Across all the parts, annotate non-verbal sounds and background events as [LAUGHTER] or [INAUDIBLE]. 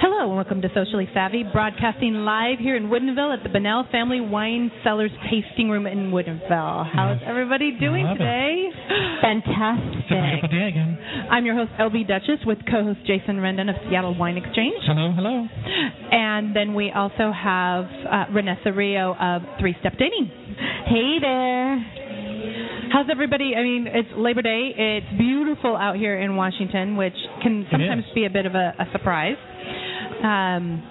Hello, and welcome to Socially Savvy, broadcasting live here in Woodinville at the Bunnell Family Wine Cellars Tasting Room in Woodinville. How's everybody doing Love it. today? It's a beautiful Fantastic. day again. [LAUGHS] I'm your host, LB Duchess, with co host Jason Rendon of Seattle Wine Exchange. Hello, hello. And then we also have uh, Renessa Rio of Three Step Dating. Hey there. How's everybody? I mean, it's Labor Day. It's beautiful out here in Washington, which can sometimes is. be a bit of a, a surprise. Um,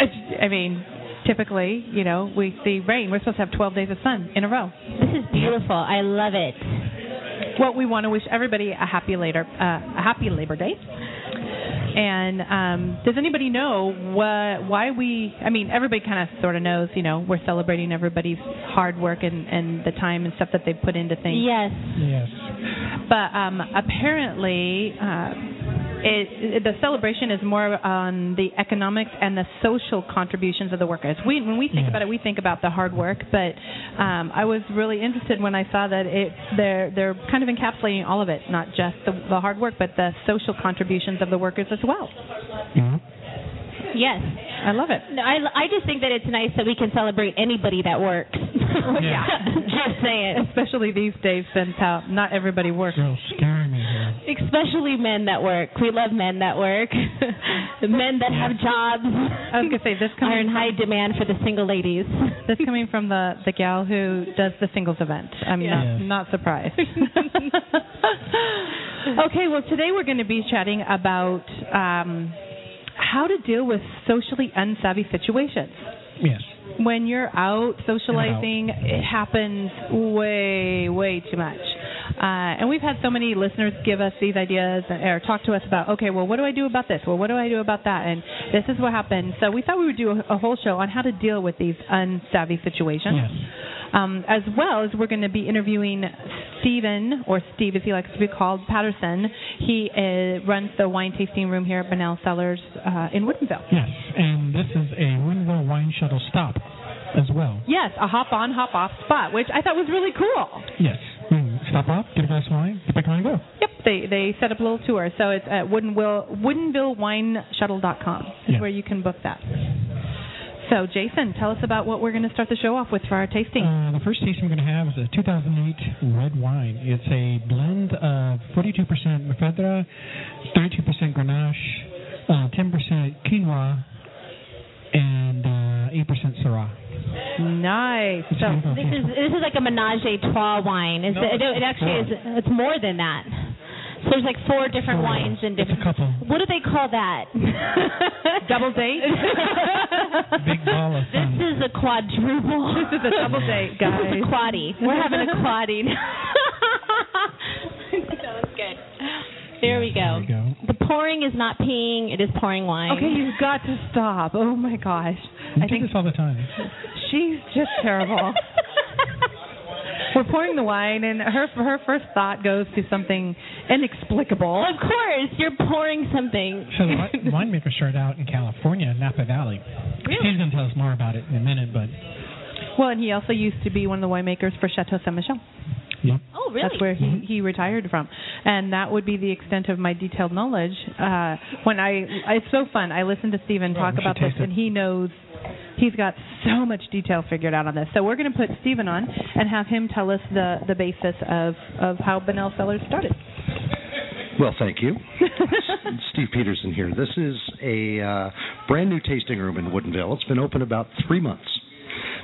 it's- I mean, typically, you know, we see rain. We're supposed to have 12 days of sun in a row. This is beautiful. I love it. Well, we want to wish everybody a happy later, uh, a happy Labor Day. And um, does anybody know what, why we? I mean, everybody kind of sort of knows. You know, we're celebrating everybody's hard work and, and the time and stuff that they put into things. Yes. Yes. But um, apparently, uh, it, it, the celebration is more on the economics and the social contributions of the workers. We, when we think Yes. about it, we think about the hard work. But um, I was really interested when I saw that it they're they're kind of encapsulating all of it, not just the, the hard work, but the social contributions of the workers as well. Mhm. Yes. I love it. No, I, I just think that it's nice that we can celebrate anybody that [LAUGHS] works. Oh, Yeah. [LAUGHS] just saying. Especially these days, since how not everybody works. So scary me here. Especially men that work. We love men that work. [LAUGHS] men that have jobs. I was gonna say, this [LAUGHS] coming are in high demand for the single ladies. [LAUGHS] [LAUGHS] This coming from the the gal who does the singles event. I'm Yeah. not Yes. not surprised. [LAUGHS] okay, well today we're going to be chatting about um, how to deal with socially unsavvy situations. Yes. When you're out socializing, it happens way way too much. Uh, and we've had so many listeners give us these ideas and, or talk to us about, okay, well, what do I do about this? Well, what do I do about that? And this is what happened. So we thought we would do a, a whole show on how to deal with these unsavvy situations. Yes. Um, as well as we're going to be interviewing Stephen, or Steve as he likes to be called, Patterson. He uh, runs the wine tasting room here at Bunnell Cellars uh, in Woodinville. Yes. And this is a Winville Wine Shuttle stop as well. Yes, a hop on, hop off spot, which I thought was really cool. Yes. Mm. Stop up, get a glass of wine, get back on and go. Yep, they they set up a little tour. So it's at Woodenville, WoodenvilleWineShuttle.com is Yeah. where you can book that. So Jason, tell us about what we're going to start the show off with for our tasting. Uh, the first taste I'm going to have is a 2008 red wine. It's a blend of 42% Mefedra, 32% Grenache, uh, 10% Quinoa, and uh, 8% Syrah. nice. So This [LAUGHS] is this is like a menage a trois wine. It's, No, it, it's it actually is. It's more than that. So there's like four different wines and It's different. a couple. What do they call [LAUGHS] that? double [LAUGHS] date. Big ball of This is fun. a [LAUGHS] quadruple. this is a double date, guys. [LAUGHS] This is a quaddy. We're having a quaddy. [LAUGHS] that was good. There we go. There we go. The pouring is not peeing. It is pouring wine. Okay, you've got to stop. Oh my gosh. We I do think this all the time. she's just [LAUGHS] terrible. We're pouring the wine, and her her first thought goes to something inexplicable. [LAUGHS] of course, you're pouring something. So the wi- winemaker started out in California, Napa Valley. He's going to tell us more about it in a minute, but Well, and he also used to be one of the winemakers for Chateau Saint Michel. yep. Oh, really? That's where Mm-hmm. he, he retired from, and that would be the extent of my detailed knowledge. Uh, when I, it's so fun. I listen to Stephen Well, talk we should about this, taste it. and he knows. He's got so much detail figured out on this. So we're going to put Stephen on and have him tell us the, the basis of, of how Benel Cellars started. Well, thank you. Steve Peterson here. This is a uh, brand new tasting room in Woodinville. It's been open about three months.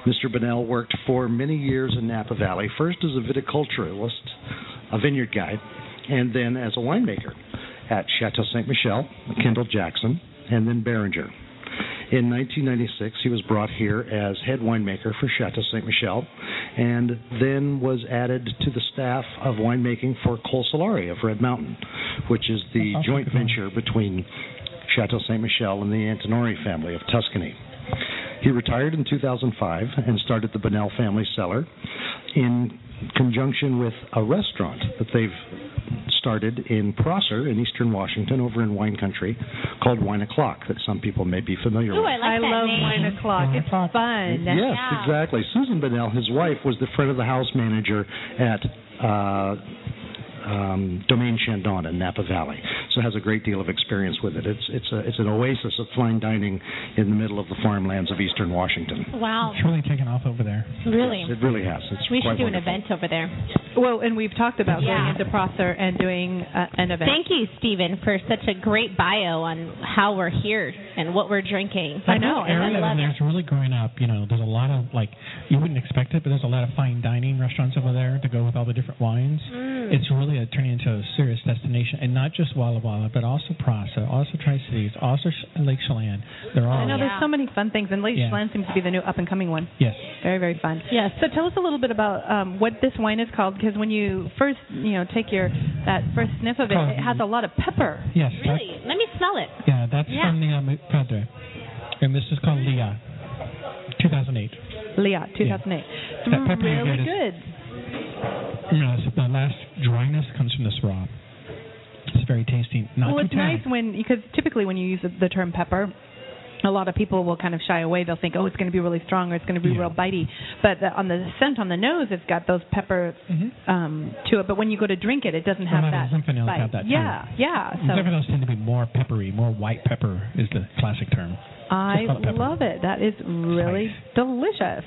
Mr. Bonnell worked for many years in Napa Valley, first as a viticulturalist, a vineyard guy, and then as a winemaker at Chateau Saint Michel, Kendall Jackson, and then Behringer. In 1996, he was brought here as head winemaker for Chateau Saint Michel, and then was added to the staff of winemaking for Col Solari of Red Mountain, which is the That's awesome. joint venture between Chateau Saint Michel and the Antinori family of Tuscany. He retired in 2005 and started the Bonnell Family Cellar in conjunction with a restaurant that they've started in Prosser in eastern Washington over in wine country called Wine O'Clock that some people may be familiar Ooh, with. I like that love name. wine o'clock. Wine It's O'Clock. fun. Yes, Yeah. exactly. Susan Bennell, his wife, was the friend of the house manager at uh, um, Domaine Chandon in Napa Valley. so has a great deal of experience with it. It's it's a it's an oasis of fine dining in the middle of the farmlands of eastern Washington. Wow. It's really taken off over there. Really. Yes, it really has. It's We quite should do an wonderful. event over there. Well, and we've talked about Yeah. going into Prosser and doing uh, an event. Thank you, Stephen, for such a great bio on how we're here and what we're drinking. I know, That and I area love over there's really growing up. You know, there's a lot of like you wouldn't expect it, but there's a lot of fine dining restaurants over there to go with all the different wines. Mm. It's really a, turning into a serious destination, and not just Walla Walla, but also Prasa, also Tri Cities, also Sh- Lake Chelan. They're all I know there's so many fun things, and Lady Yeah. Chelan seems to be the new up and coming one. yes. Very, very fun. Yes. So tell us a little bit about um, what this wine is called, because when you first, you know, take your that first sniff of it, Oh. it has a lot of pepper. Yes, that's Really? Let me smell it. Yeah, that's Yeah. from the um, Padre. And this is called Leah, 2008. Leah, 2008. It's [LAUGHS] That pepper you Mm, really get good. You know, it's- the last dryness comes from this raw. It's very tasty. Not Well, too Oh, it's tangy. nice when because typically when you use the, the term pepper. A lot of people will kind of shy away. They'll think, "Oh, it's going to be really strong, or it's going to be Yeah. real bitey." But the, on the scent on the nose, it's got those pepper Mhm. um, to it. But when you go to drink it, it doesn't have lot of that. symphonies bite. have that, too. Yeah, yeah. So Some of those tend to be more peppery, more white pepper is the classic term. I Just called pepper. love it. That is really Nice. delicious.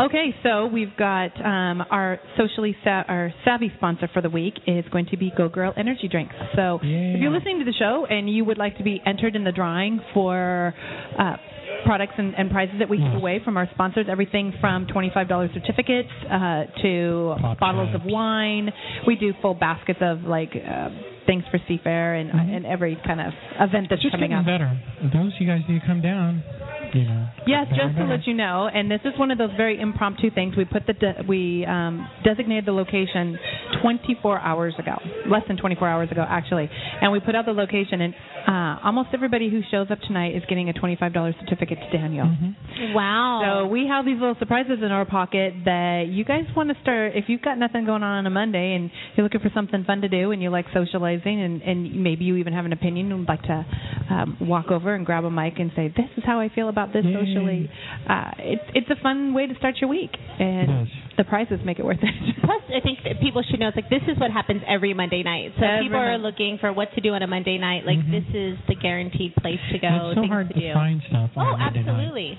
Okay, so we've got um, our socially sa- our savvy sponsor for the week is going to be Go Girl Energy Drinks. So Yeah. if you're listening to the show and you would like to be entered in the drawing for uh, products and, and prizes that we give Yes. away from our sponsors, everything from $25 certificates uh, to Pop bottles of tabs. wine, we do full baskets of like uh, things for Seafair and, and every kind of event that's It's Mm-hmm. coming just getting up. better. Those you guys need to come down. You know. Yes, better just and to better. let you know, and this is one of those very impromptu things. We put the de- we um, designated the location 24 hours ago, less than 24 hours ago actually, and we put out the location. And uh, almost everybody who shows up tonight is getting a $25 certificate to Daniel. So Wow. we have these little surprises in our pocket that you guys want to start. If you've got nothing going on on a Monday and you're looking for something fun to do and you like socializing and, and maybe you even have an opinion and would like to um, walk over and grab a mic and say, this is how I feel about this Yay. socially. Uh, it's it's a fun way to start your week. It And is. the prizes make it worth it. Plus, I think that people should know it's like this is what happens every Monday night. So Every if people are night. looking for what to do on a Monday night. Like Mhm. this is the guaranteed place to go. It's so things hard to to do. find stuff on Oh, a Monday night. absolutely.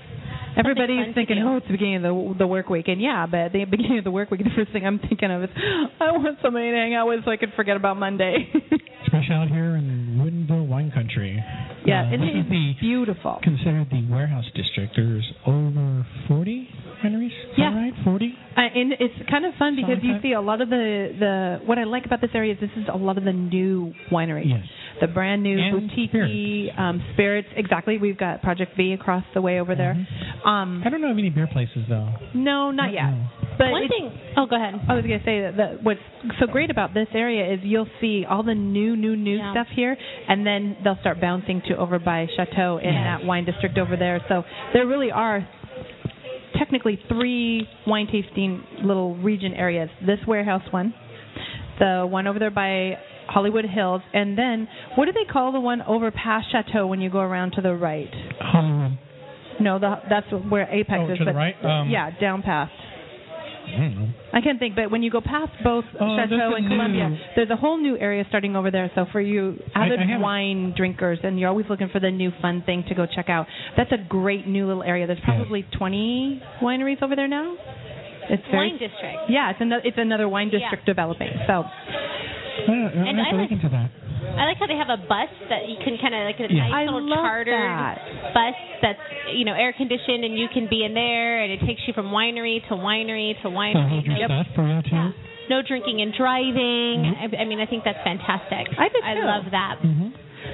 [LAUGHS] fun Everybody's to thinking, do. oh, it's the beginning of the, the work week. And yeah, but at the beginning of the work week, the first thing I'm thinking of is, I want somebody to hang out with so I can forget about Monday. [LAUGHS] Especially out here in Woodinville wine country. yeah, Uh, and this is the it's [LAUGHS] beautiful. considered the warehouse district. There's over 40 wineries. Is Yeah. that right? 40? Uh, and it's kind of fun because you Sounds see a lot of the the what I like about this area is this is a lot of the new wineries, Yes. the brand new And boutique spirits. um, spirits. Exactly, we've got Project V across the way over there. Um, Mm-hmm. I don't know of any beer places, though. no, not Mm-mm. yet. But One it's- thing. Oh, go ahead. I was going to say that, that what's so great about this area is you'll see all the new, new, new Yeah. stuff here, and then they'll start bouncing to over by Chateau in Yeah. that wine district over there. So there really are technically three wine tasting little region areas. This warehouse one, the one over there by Hollywood Hills, and then what do they call the one over past Chateau when you go around to the right? Hollywood. No, the, that's where Apex Oh, is. to the but- right? Um, yeah, down past. I don't know. I can't think, but when you go past both Oh, Chateau there's a and new- Columbia, there's a whole new area starting over there. So for you I- I avid haven't- wine drinkers, and you're always looking for the new fun thing to go check out, that's a great new little area. There's probably 20 wineries over there now. It's very Wine district. yeah, it's another it's another wine district developing. So I don't know. And Uh, I have I to like- look into that. I like how they have a bus that you can kind of like a Yeah. nice I little love chartered that. bus that's you know air conditioned and you can be in there and it takes you from winery to winery to So I'll winery. look into that for you, too. Yeah. No drinking and driving. Mm-hmm. I, I mean, I think that's fantastic. I do, I too. love that. hmm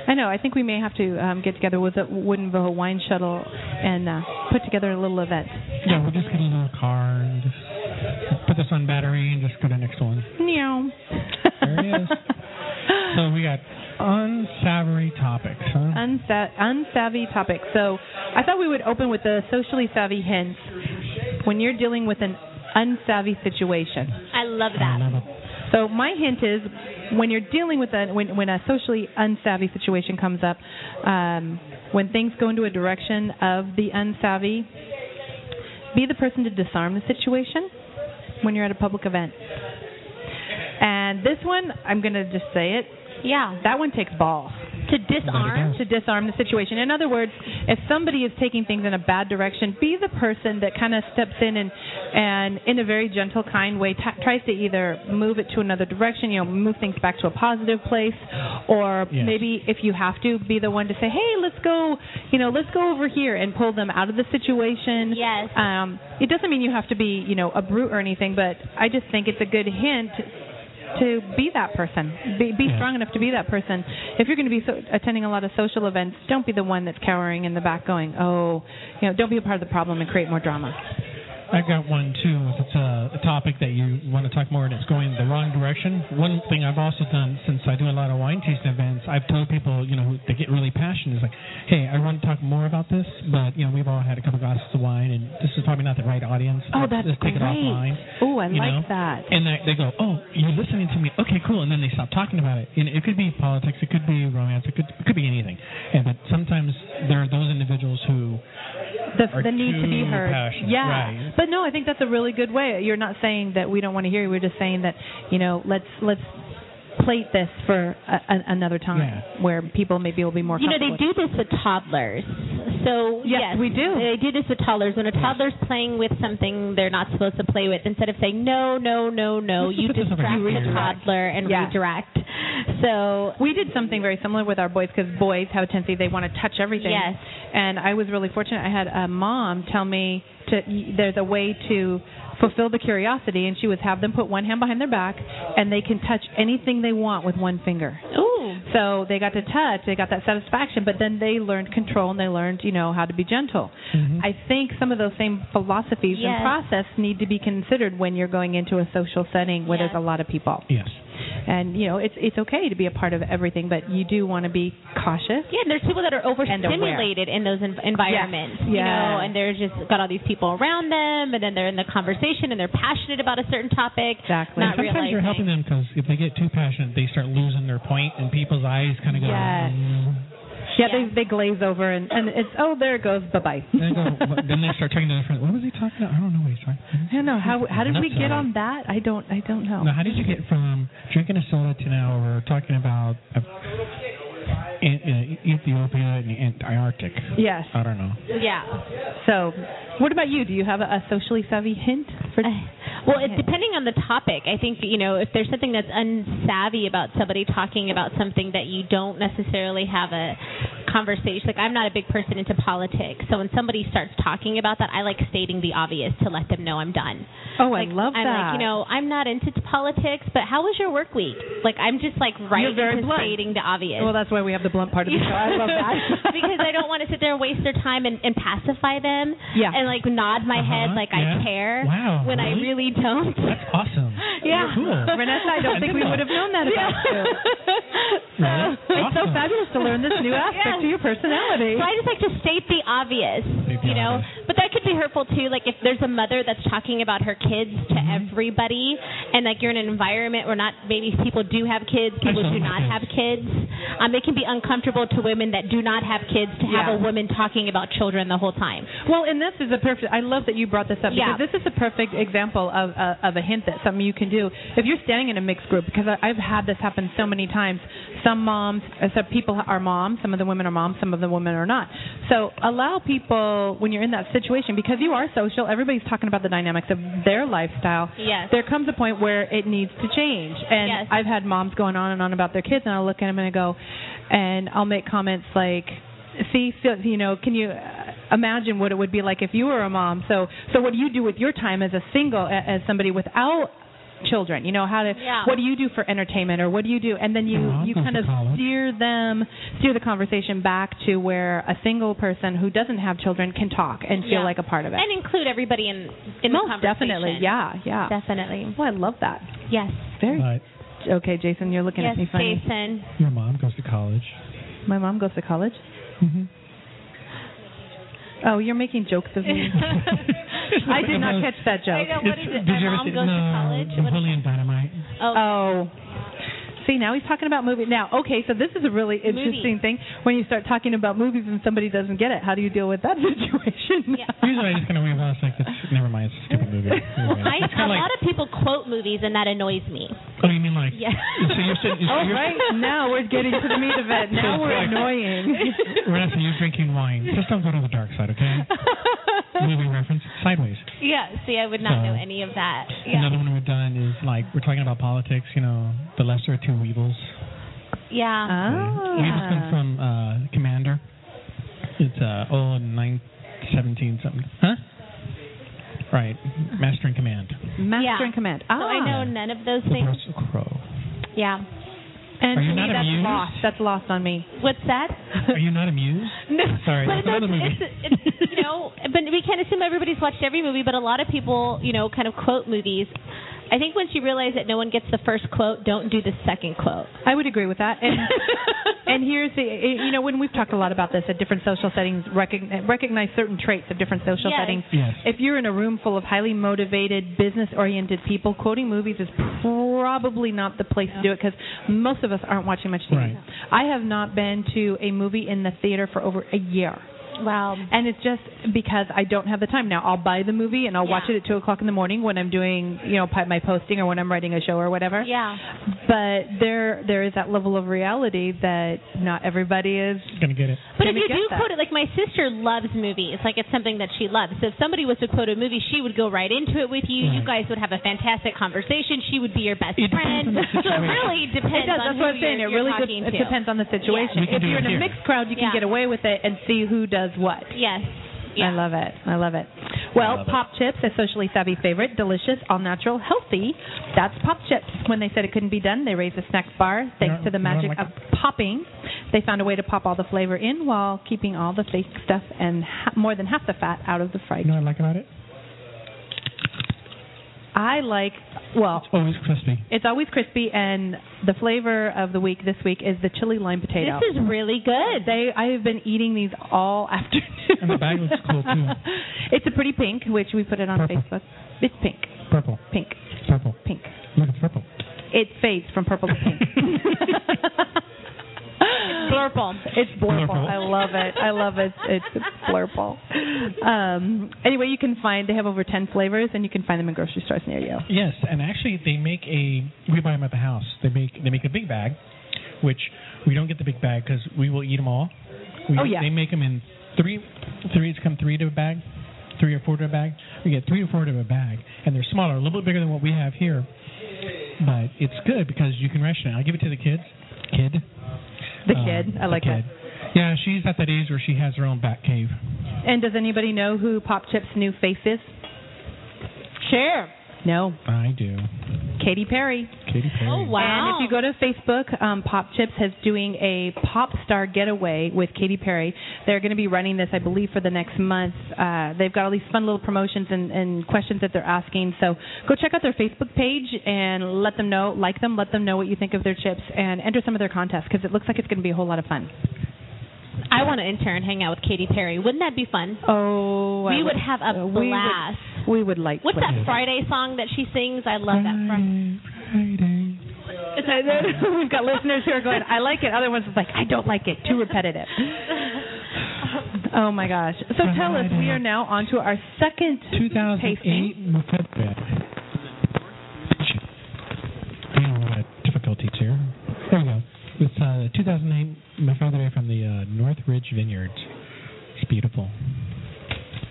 I know I think we may have to um, get together with the Woodenville Wine Shuttle and uh, put together a little event. Yeah, we'll just get a little car and just put this on battery and just go to the next one. Meow. There it is. [LAUGHS] So we got unsavory topics, huh? unsa- unsavvy topic. So I thought we would open with the socially savvy hints when you're dealing with an unsavvy situation. I love I that. love it. So my hint is when you're dealing with a when when a socially unsavvy situation comes up, um, when things go into a direction of the unsavvy, be the person to disarm the situation when you're at a public event. And this one, I'm going to just say it. Yeah. That one takes balls To disarm. to disarm the situation. In other words, if somebody is taking things in a bad direction, be the person that kind of steps in and and in a very gentle, kind way t- tries to either move it to another direction, you know, move things back to a positive place, or Yes. maybe if you have to, be the one to say, hey, let's go, you know, let's go over here and pull them out of the situation. Yes. Um, it doesn't mean you have to be, you know, a brute or anything, but I just think it's a good hint to be that person. Be, be Yeah. strong enough to be that person. If you're going to be so, attending a lot of social events, don't be the one that's cowering in the back, going, "Oh, you know, don't be a part of the problem and create more drama." I've got one too. If it's a, a topic that you want to talk more and it's going the wrong direction, one thing I've also done since I do a lot of wine tasting events, I've told people, you know, who they get really passionate. It's like, hey, I want to talk more about this, but you know, we've all had a couple glasses of wine, and this is probably not the right audience. Oh, Let's- that's let's take it great. offline. Ooh, I you like know? that. And they, they go, oh, you're listening to me. Okay, cool. And then they stop talking about it. And it could be politics. It could be romance. It could it could be anything. And but sometimes there are those individuals who The, Are the need to be too heard. passionate, yeah, right. but no, I think that's a really good way. You're not saying that we don't want to hear you. We're just saying that, you know, let's let's plate this for a, a, another time Yeah. where people maybe will be more. You know, they comfortable do this with toddlers. So Yes, we do. They do this with toddlers. When a toddler's playing with something they're not supposed to play with, instead of saying no, no, no, no, Let's you put this over distract here. the toddler and Yeah. redirect. So We did something very similar with our boys because boys have a tendency they want to touch everything. Yes. And I was really fortunate. I had a mom tell me to y- there's a way to fulfill the curiosity, and she was have them put one hand behind their back, and they can touch anything they want with one finger. ooh, So they got to touch, they got that satisfaction, but then they learned control and they learned, you know, how to be gentle. I think some of those same philosophies Yes. and process need to be considered when you're going into a social setting where Yes. there's a lot of people yes. and you know it's it's okay to be a part of everything, but you do want to be cautious. Yeah, and there's people that are overstimulated in those env- environments, you know, Yes. and they're just got all these people around them, and then they're in the conversation and they're passionate about a certain topic. Exactly. and Not sometimes realizing. you're helping them because if they get too passionate, they start losing their point, and people's eyes kind of go. Yes. "Mm." Yeah, Yeah. they they glaze over and and it's oh there it goes bye bye. And they [LAUGHS] go, but then they start talking to their friends. What was he talking about? I don't know what he's talking. about." I don't know how how did we Nuts get are- on that? I don't I don't know. Now, how did you get from drinking a soda to now we're talking about uh, in, uh, Ethiopia and the Antarctic? Yes. I don't know. Yeah. So, what about you? Do you have a, a socially savvy hint for? Uh, Well, it, depending on the topic, I think you know if there's something that's unsavvy about somebody talking about something that you don't necessarily have a conversation. Like I'm not a big person into politics, so when somebody starts talking about that, I like stating the obvious to let them know I'm done. Oh, I like, love I'm that. like, you know, I'm not into t- politics, but how was your work week? Like I'm just like right You're very into blunt. stating the obvious. Well, that's why we have the blunt part of the show. I love that [LAUGHS] because I don't want to sit there and waste their time and, and pacify them. Yeah. And like nod my head Uh-huh, like yeah. I care. Wow, When I really? really don't. [LAUGHS] That's awesome. Yeah. Cool. [LAUGHS] Renessa, I don't think we would have known that about you. Really? It's so Awesome. fabulous to learn this new aspect Yes. to your personality. So I just like to state the obvious, State the you know. obvious. But that could be hurtful too. Like if there's a mother that's talking about her kids to Mm-hmm. everybody, and like you're in an environment where not maybe people do have kids, people saw do my not kids. have kids. Um, it can be uncomfortable to women that do not have kids to Yeah. have a woman talking about children the whole time. Well, and this is a perfect. I love that you brought this up Yeah. because this is a perfect example of uh, of a hint that something you can do if you're standing in a mixed group. Because I, I've had this happen so many times. Some moms, uh, some people are moms. Some of the women are moms. Some of the women are not. So allow people when you're in that situation because you are social. Everybody's talking about the dynamics of their lifestyle. Yes. There comes a point where it needs to change. And Yes. I've had moms going on and on about their kids, and I'll look at them and I go, and I'll make comments like, "See, so, you know, can you uh, imagine what it would be like if you were a mom? So, so what do you do with your time as a single, a- as somebody without?" children you know how to Yeah. what do you do for entertainment or what do you do and then you Yeah, I'll you go kind to of college. steer them steer the conversation back to where a single person who doesn't have children can talk and feel Yeah. like a part of it And include everybody in in the most conversation. definitely yeah yeah Definitely. well i love that Yes. very But Okay, Jason, you're looking Yes, at me funny. Jason. your mom goes to college. My mom goes to college. Mm-hmm. Oh, you're making jokes of [LAUGHS] me. I did not catch that joke. know, what is it? My mom goes to college? What is Napoleon Dynamite. Oh, Oh. See, now he's talking about movies. Now, okay, so this is a really interesting thing when you start talking about movies and somebody doesn't get it. How do you deal with that [LAUGHS] situation? Yeah. Usually I just kind of wave off like, it's, never mind, it's a stupid movie. I, [LAUGHS] It's a kinda like- lot of people quote movies, and that annoys me. Oh, you mean like? Yeah. So you're sitting. Oh, you're, right now we're getting to the meat of it. Now we're [LAUGHS] annoying. Vanessa, you're drinking wine. Just don't go to the dark side, okay? Movie reference. Sideways. yeah. See, I would So- not Uh, know any of that. Yeah. Another one we've done is like we're talking about politics. You know, the lesser of two evils. Yeah. Ah. Oh. Weevils come from uh, Commander. It's uh, oh nine seventeen something. Huh? Right. Master and Command. Yeah. Master in command. Ah, So I know none of those The things. Russell Crowe. Yeah. And Are to you me, not that's amused? lost. That's lost on me. What's that? Are you not [LAUGHS] amused? No, Sorry, but that's another movie. It's, it's, [LAUGHS] you know, but we can't assume everybody's watched every movie. But a lot of people, you know, kind of quote movies. I think once you realize that no one gets the first quote, don't do the second quote. I would agree with that. [LAUGHS] And, and here's the, you know, when we've talked a lot about this at different social settings, recognize, recognize certain traits of different social Yes. settings. Yes. If you're in a room full of highly motivated, business oriented people, quoting movies is probably not the place to do it because most of us aren't watching much TV. Right. I have not been to a movie in the theater for over a year. Wow. And it's just because I don't have the time now. I'll buy the movie and I'll watch Yeah. it at two o'clock in the morning when I'm doing, you know, pi- my posting or when I'm writing a show or whatever. Yeah. But there, there is that level of reality that not everybody is. Gonna get it. Can But we if you get do that? quote it, like my sister loves movies, like it's something that she loves. So if somebody was to quote a movie, she would go right into it with you. You Right. guys would have a fantastic conversation. She would be your best It depends on friend. the So [LAUGHS] it situation. really It depends does. on That's who what I'm saying. you're, It really you're just talking it to. depends on the situation. We If can do you're it in a here. mixed crowd, you Yeah. can get away with it and see who does what. Yes. Yeah. I love it. I love it. Well, love it. pop chips, a socially savvy favorite, delicious, all natural, healthy. That's pop chips. When they said it couldn't be done, they raised the snack bar thanks Yeah, to the yeah, magic like of popping. They found a way to pop all the flavor in while keeping all the fake stuff and ha- more than half the fat out of the fried. You know what I like about it? I like well, It's always crispy. It's always crispy, and the flavor of the week this week is the chili lime potato. This is really good. they, I have been eating these all [LAUGHS] afternoon. And the bag looks cool, too. [LAUGHS] It's a pretty pink, which we put it on Purple. Facebook. It's pink, Purple. pink, Purple. pink. Look, it's purple. It fades from purple to [LAUGHS] pink. Blurple. It's blurple. Blurple. I love it. I love it. It's blurple. Um, anyway, you can find they have over ten flavors, and you can find them in grocery stores near you. Yes, and actually they make a we buy them at the house. They make they make a big bag, which we don't get the big bag because we will eat them all. We, Oh, yeah. They make them in three three. It's come three to a bag, three or four to a bag. We get three or four to a bag, and they're smaller, a little bit bigger than what we have here. But it's good because you can ration it. I give it to the kids. Kid. The Uh, kid, I the like kid. that. Yeah, she's at that age where she has her own bat cave. And does anybody know who Pop Chip's new face is? Sure. No, I do. Katy Perry. Katy Perry. Oh wow. And if you go to Facebook, um, Pop Chips is doing a pop star getaway with Katy Perry. They're going to be running this, I believe, for the next month. Uh, they've got all these fun little promotions and, and questions that they're asking. So go check out their Facebook page and let them know, like them, let them know what you think of their chips, and enter some of their contests because it looks like it's going to be a whole lot of fun. I want to in turn hang out with Katy Perry. Wouldn't that be fun? Oh, I we would have a uh, we would- blast. We would like. What's that Friday song that she sings? I love that from. Friday. [LAUGHS] We've got listeners who are going, I like it. Other ones is like, I don't like it. Too repetitive. Oh my gosh. So tell us, we are now on to our second tasting. 2008 Mufetbet. I don't know what difficulties here. There we go. It's uh, 2008 Mufetbet from the uh, Northridge Vineyards. It's beautiful.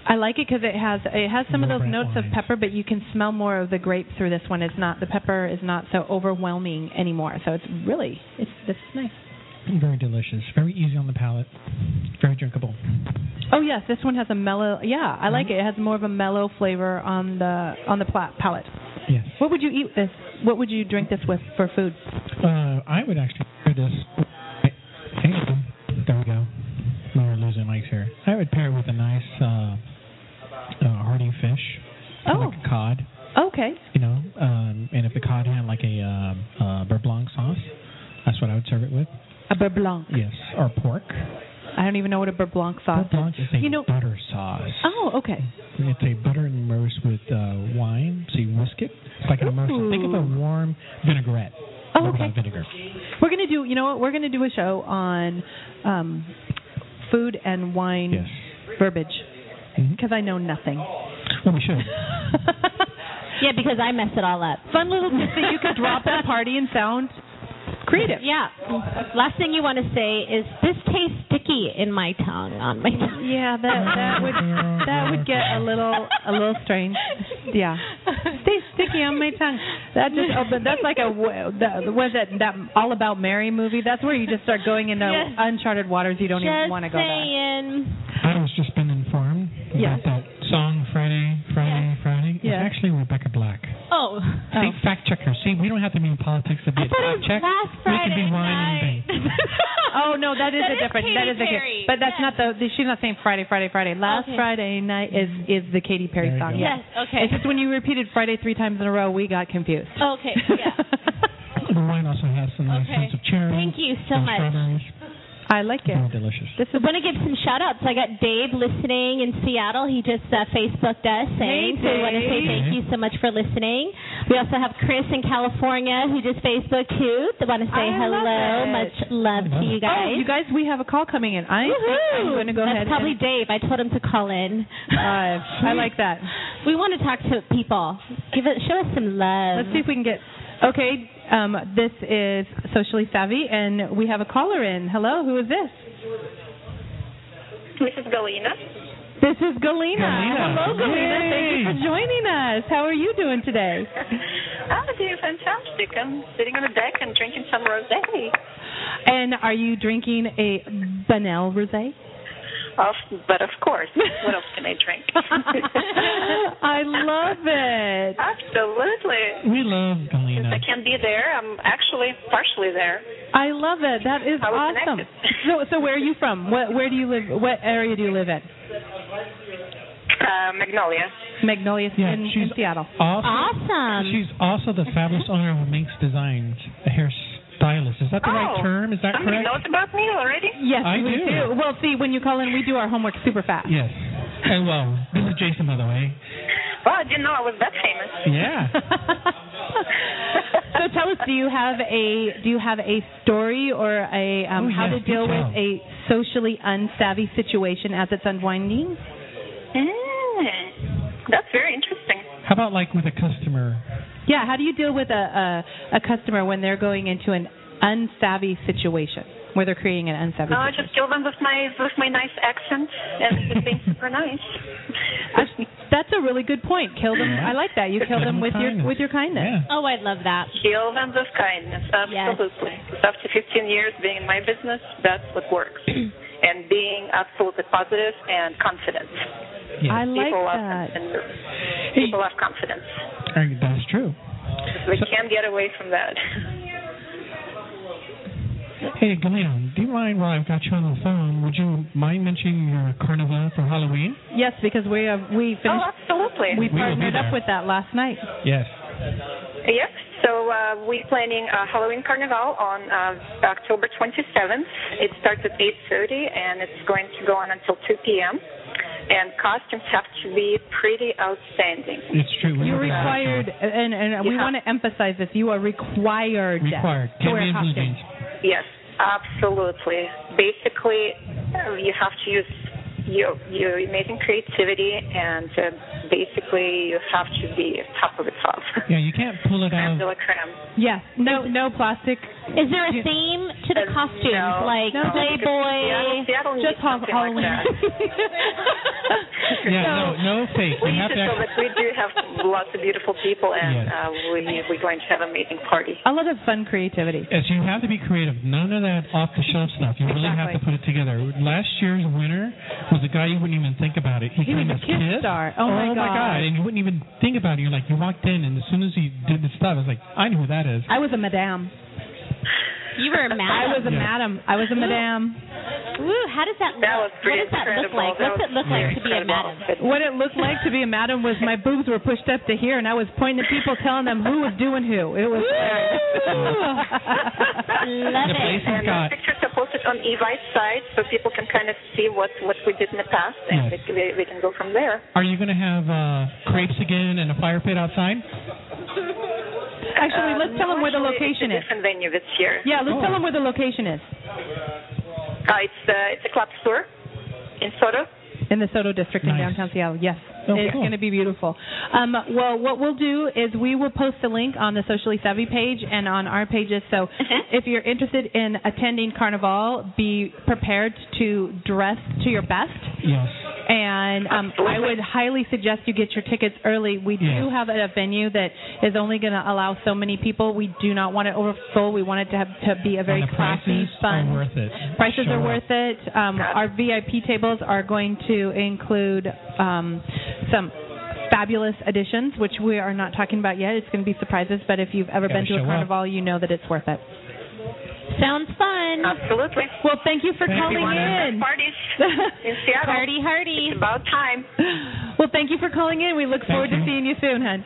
I like it because it has it has some of More those bright notes of wines. pepper, but you can smell more of the grape through this one. It's not the pepper is not so overwhelming anymore. So it's really it's this is nice. Very delicious. Very easy on the palate. Very drinkable. Oh yes, this one has a mellow. Yeah, I like it. It has more of a mellow flavor on the on the plat, palate. Yes. What would you eat this? What would you drink this with for food? Uh, I would actually pair this. Hang on. There we go. Now we're losing mics here. I would pair it with a nice uh, uh, hearty fish, Oh. like a cod. Okay. you know, um, and if the cod had like a um, uh, beurre blanc sauce, that's what I would serve it with. A beurre blanc. Yes, or pork. I don't even know what a beurre blanc sauce Beurre blanc is is. a You know. butter sauce. Oh, okay. It's a butter and immersed with uh, wine, so you whisk it. It's like an immersion. Think of a warm vinaigrette. Oh, but okay. without vinegar. We're gonna do. You know what? We're gonna do a show on um, food and wine Yes. verbiage Mhm. because I know nothing. Well, we should. Yeah, because I messed it all up. [LAUGHS] Fun little tip that you could drop at a party and sound creative. Yeah. Last thing you want to say is this tastes sticky in my tongue, on my tongue. Yeah, that that would that would get a little a little strange. Yeah, stays sticky on my tongue. That just opened. That's like a w- that, was it that All About Mary movie? That's where you just start going into Yes. uncharted waters you don't even Just want to go there. saying. I was just been informed Yeah. about that song Friday, Friday, Friday. Yeah. It's actually Rebecca Black. Oh, See, fact checker. See, we don't have to be in politics to be I a thought it fact was check. last we can be one Friday night. anything. [LAUGHS] Oh no, that is That a is different. Katy that is Perry. a but that's Yes. not the, the. She's not saying Friday, Friday, Friday. Last Okay. Friday night is is the Katy Perry There you song. go. Yeah. Yes. Okay. It's just when you repeated Friday three times in a row, we got confused. Okay. Yeah. The wine also has some nice Okay. sense of cherry. Thank you so some much. Strawberries. [LAUGHS] I like Oh, it. delicious. This I is want to give some shout outs. I got Dave listening in Seattle. He just uh, Facebooked us Hey, saying, so we want to say Dave. thank you so much for listening. We also have Chris in California who just Facebooked too. They want to say I love hello. it. Much love to you Oh, guys. you guys, we have a call coming in. I am Woohoo! going to go ahead. That's probably and Dave. I told him to call in. [LAUGHS] live. I like that. We want to talk to people. Give it, show us some love. Let's see if we can get. Okay, um, this is socially savvy, and we have a caller in. Hello, who is this? This is [LAUGHS] Galena. This is Galena. Galena. Hello, Galena. Thank you for Hey. joining us. How are you doing [LAUGHS] today? I'm doing fantastic. I'm sitting on the deck and drinking some rosé. And are you drinking a Benel [LAUGHS] rosé? Of, but of course, [LAUGHS] what else can I drink? I love it. [LAUGHS] Absolutely. We love Since Galena. I can't be there, I'm actually partially there. I love it. That is How we awesome. connected. So, so where are you from? What, where do you live? What area do you live in? Uh, Magnolia. Magnolia Yeah, in, in she's Seattle. Um, Also, Awesome. She's also the fabulous [LAUGHS] owner of Minx Designs, a hairstylist. Is that the right oh, term? Is that somebody correct? knows about me already? Yes, I we do. Well, see, when you call in, we do our homework super fast. Yes. Hey, well, this is Jason, by the way. Well, Oh, I didn't know I was that famous. Yeah. [LAUGHS] so tell us, do you have a do you have a story or a um, Oh, how yes, to deal do tell. with a socially unsavvy situation as it's unwinding? Mm, that's very interesting. How about like with a customer? Yeah, how do you deal with a a, a customer when they're going into an unsavvy situation where they're creating an unsavvy? No, Oh, I situation? just kill them with my with my nice accent and just being super nice. [LAUGHS] I- that's a really good point. Kill them. I like that. You kill them with your Kindness. with your kindness. Yeah. oh, I love that. Kill them with kindness, absolutely. After 15 years being in my business, that's what [CLEARS THROAT] works. and being absolutely positive and confident. Yeah. I like people love that. confidence. People have confidence. Uh, That's true. We So- can't get away from [LAUGHS] that. Hey, Galena, do you mind while I've got you on the phone, would you mind mentioning your carnival for Halloween? Yes, because we have we Oh, finished. absolutely. We will be partnered up there. with that last night. Yes. Yep. So uh, we're planning a Halloween Carnival on uh, October 27th. It starts at 8:30 and it's going to go on until 2 p.m. And costumes have to be pretty outstanding. It's true. We You're have that. required, and, and we Yeah. want to emphasize this. You are required. Required. To Can't wear be in blue costumes. jeans. Yes, absolutely. Basically, uh, you have to use your your amazing creativity and uh, basically you have to be top of the top. [LAUGHS] Yeah, you can't pull it Creme out. de la creme. Yes. No. No plastic. Is there a theme to the Uh, costumes? no. Like No, because Seattle, Playboy? Seattle needs Just Hall- something Halloween. Like [LAUGHS] that. Yeah, no, no fake. We You need have to to show that we actually. do have lots of beautiful people, Yes. and uh, we we're going to have an amazing party. [LAUGHS] A lot of fun creativity. Yes, you have to be creative. None of that off the shelf stuff. You really have to Exactly. put it together. Last year's winner was a guy you wouldn't even think about it. He He was kind a of kid star. Oh, my my God. god! And you wouldn't even think about it. You're like, you walked in, and as soon as he did the stuff, I was like, I know who that is. I was a madame. You were a I was a Yeah. madam. I was a madame. Ooh, how does that look? That was pretty what does that look incredible. like? That What's was it look very like to be a madam? incredible outfit. What it looked like to be a madam was my boobs were pushed up to here, and I was pointing at people, telling them who was doing who. [LAUGHS] It was. [LAUGHS] [LAUGHS] [LAUGHS] Love The place it. has And got the pictures are posted on Evite's site, so people can kind of see what what we did in the past, and Yes. we, we, we can go from there. Are you going to have uh, crepes again and a fire pit outside? Actually, let's tell them where the Um, Actually, it's location a is. Different venue this year. Yeah, let's tell Oh. them where the location is Uh, it's uh, it's a club tour in Soto. in the Soto district in Nice. downtown Seattle. Yes. Oh, it's cool. going to be beautiful. Um, well, what we'll do is we will post a link on the Socially Savvy page and on our pages. So if you're interested in attending Carnival, be prepared to dress to your best. Yes. And um, I would highly suggest you get your tickets early. We do Yeah. have a venue that is only going to allow so many people. We do not want it overfull. We want it to have to be a very and the classy, prices fun. are worth it. Prices Show are up. worth it. Um, our VIP tables are going to include um, some fabulous additions, which we are not talking about yet. It's going to be surprises, but if you've ever Gotta been to show a up. carnival, you know that it's worth it. Sounds fun. Um, Absolutely. Well, thank you for Thank you, calling One of the in. best [LAUGHS] parties in Seattle. Hardy, hardy. It's about time. Well, thank you for calling in. We look forward to you. seeing you soon, hon.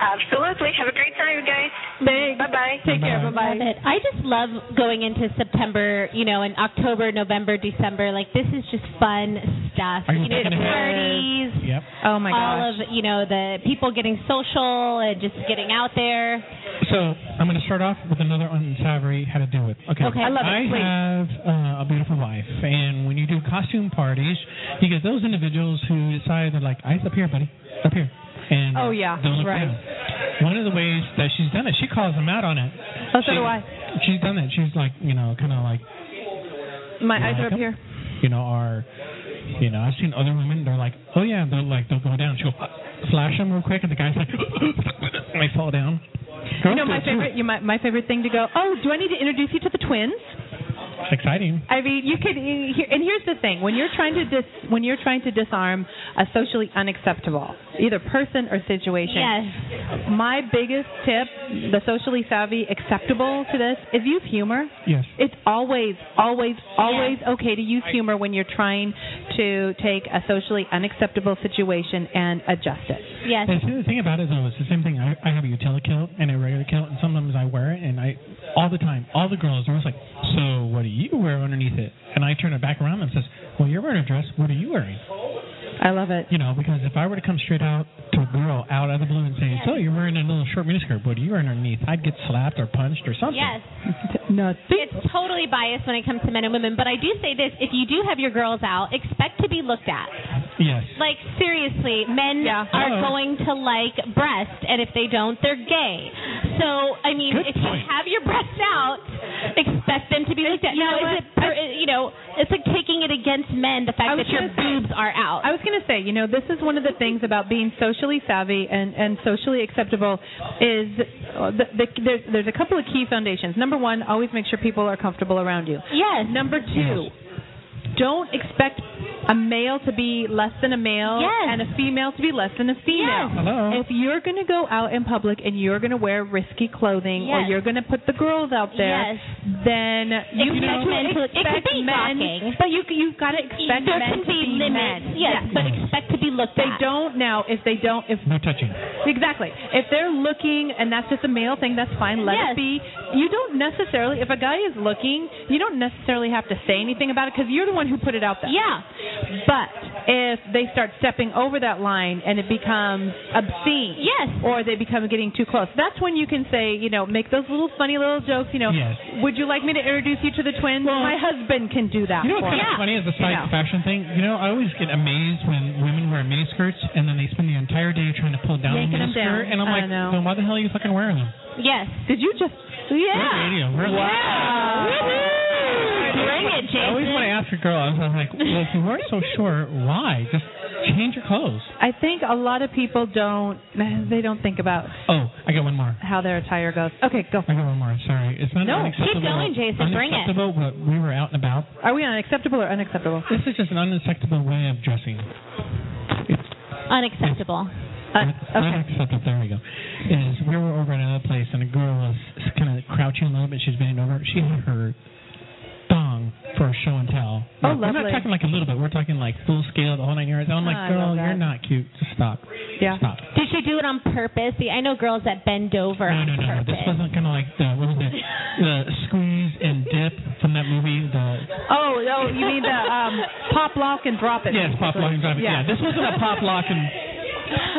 Absolutely. Have a great time, you guys. Thanks. Bye bye. Take care. Bye. Bye Love bye. it. I just love going into September, you know, in October, November, December. Like this is just fun stuff. Are you know, thinking the ahead? parties, Yep. Oh my all gosh. of you know the people getting social and just getting out there. So I'm going to start off with another on Savory how to deal with. Okay. Okay. I love it. Please. have uh, a beautiful wife, and when you do costume parties, you get those individuals who decide they're like, "Ice up here, buddy, up here." And Oh, yeah, don't look right. down. One of the ways that she's done it, she calls them out on it. Oh, so She- do I. She's done that. She's like, you know, kind of like, My you eyes like are up 'em? here. You know, are you know, I've seen other women. They're like, oh yeah, they're like, they'll go down. She'll flash them real quick, and the guy's like, [LAUGHS] and they fall down. You know my favorite. You might, my favorite thing to go. Oh, do I need to introduce you to the twins? It's exciting. I mean, you could. you- here- And here's the thing: when you're trying to dis, when you're trying to disarm a socially unacceptable either person or situation. Yes. My biggest tip, the socially savvy acceptable to this, is use humor. Yes. It's always, always, always okay to use humor when you're trying to take a socially unacceptable situation and adjust it. Yes. And see, the thing about it though is the same thing. I, I have a utility kilt and a regular kilt, and sometimes I wear it, and I all the time, all the girls are always like, "So what do you wear underneath it?" And I turn it back around and says, "Well, you're wearing a dress. What are you wearing?" I love it. [LAUGHS] You know, because if I were to come straight out to a girl out of the blue and say, "So you're wearing a little short miniskirt. What are you wearing underneath?" I'd get slapped or punched or something. Yes. No, It's totally biased when it comes to men and women, but I do say this: if you do have your girls out, expect to be looked at. Yes. Like seriously, men Yeah. Uh-huh. are Uh-oh. going to like breast, and if they don't, they're gay. So I mean, Good if you point. have your breasts out, expect them to be looked at. you now, know what? is it per, you know, it's like taking it against men the I fact was that your gonna say- boobs are out. I was going to say, you know, this is one of the things about being socially savvy and, and socially acceptable is uh, the, the, there's, there's a couple of key foundations. Number one, always make sure people are comfortable around you. yes. Number two, don't expect a male to be less than a male Yes. and a female to be less than a female. Yes. Hello. If you're going to go out in public and you're going to wear risky clothing or Yes. you're going to put the girls out there, Yes. then you Expect know, men to- it could expect be men, rocking. but you you've got to expect there men can to be limits. men. Yes, but Yes. expect to be looked They at. don't now. If they don't, if No touching. exactly, if they're looking and that's just a male thing, that's fine. Let Yes. it be. You don't necessarily, if a guy is looking, you don't necessarily have to say anything about it because you're the one who put it out there. Yeah. But if they start stepping over that line and it becomes obscene, Yes. or they become getting too close, that's when you can say, you know, make those little funny little jokes. You know, Yes. would you like me to introduce you to the twins? My husband can do that. You know what's for kind me. of funny as a side know. fashion thing? You know, I always get amazed when women wear miniskirts and then they spend the entire day trying to pull down the Yanking 'em miniskirt, down. and I'm I like, know. then why the hell are you fucking wearing them? Yes. Did you just? What Yeah. radio? Really? Woohoo! Bring it, I always want to Jason. ask a girl. I was I'm like, well, if you weren't so short, why? Just change your clothes. I think a lot of people don't. They don't think about Oh, I got one more. how their attire goes. Okay, go. I got one more. Sorry, it's not No, unacceptable. keep going, Jason. Bring it. Unacceptable, but we were out and about. Are we on acceptable or unacceptable? This is just an unacceptable way of dressing. Unacceptable. Un- It's Uh, okay. Unacceptable. There we go. Is we were over at another place and a girl was kind of crouching a little bit. She's bending over. She had her thong for a show and tell. Oh, We're not lovely. talking like a little bit. We're talking like full scale, the whole nine yards. And I'm like, Oh, I girl, love that. you're not cute. Just stop. Yeah. Stop. Did she do it on purpose? See, I know girls that bend over No, on no, no, no. This purpose. wasn't kind of like the what was it? The squeeze and dip from that movie. The Oh, oh, you mean the um, pop lock and drop it? yes, pop lock and drop it. Yeah. Yeah. this wasn't a pop lock and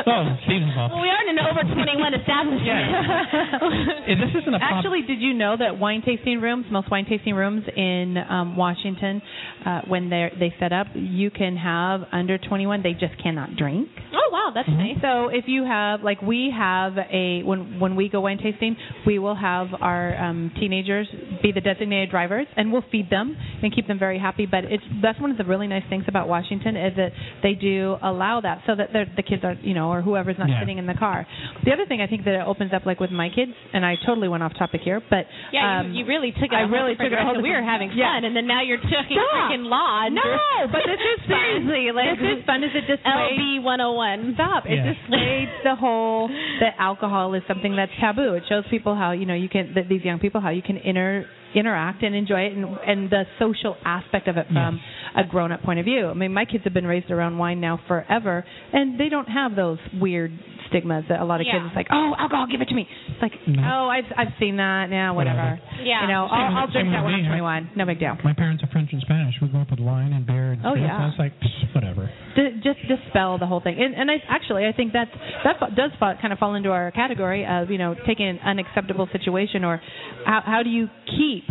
Oh, Steve's involved. Well, we are in an over 21 establishment. If this isn't a pop- Actually, did you know that wine tasting rooms, most wine tasting rooms in um, Washington, uh, when they they set up, you can have under 21. They just cannot drink. [LAUGHS] Oh wow, that's nice. Mm-hmm. So if you have, like, we have a when when we go wine tasting, we will have our um, teenagers be the designated drivers, and we'll feed them and keep them very happy. But it's that's one of the really nice things about Washington is that they do allow that, so that they're- the kids are, you know, or whoever's not Yeah. sitting in the car. The other thing I think that it opens up, like with my kids, and I totally went off topic here, but Yeah, um, you, you really took it. I a whole really different took it a whole direction. We were different- having fun, Yeah. and then now you're talking Stop. freaking law. No, but this [LAUGHS] is fun. seriously like This is fun. Is it just way- LB 101? stop. It Yeah. displays the whole that alcohol is something that's taboo. It shows people how you know you can that these young people how you can inter interact and enjoy it and and the social aspect of it from a grown up point of view. I mean, my kids have been raised around wine now forever, and they don't have those weird stigmas that a lot of Yeah. kids it's like, oh, alcohol, give it to me. It's like, No. oh, I've I've seen that now, whatever. Yeah. You know, Same- I'll, I'll drink same that with when I'm me, I- 21. No big deal. My parents are French and Spanish. We grew up with wine and beer and Oh, spirits. yeah. I was like, pfft, whatever. D- just dispel the whole thing. And, and I, actually, I think that's, that fa- does fa- kind of fall into our category of you know taking an unacceptable situation or how, how do you keep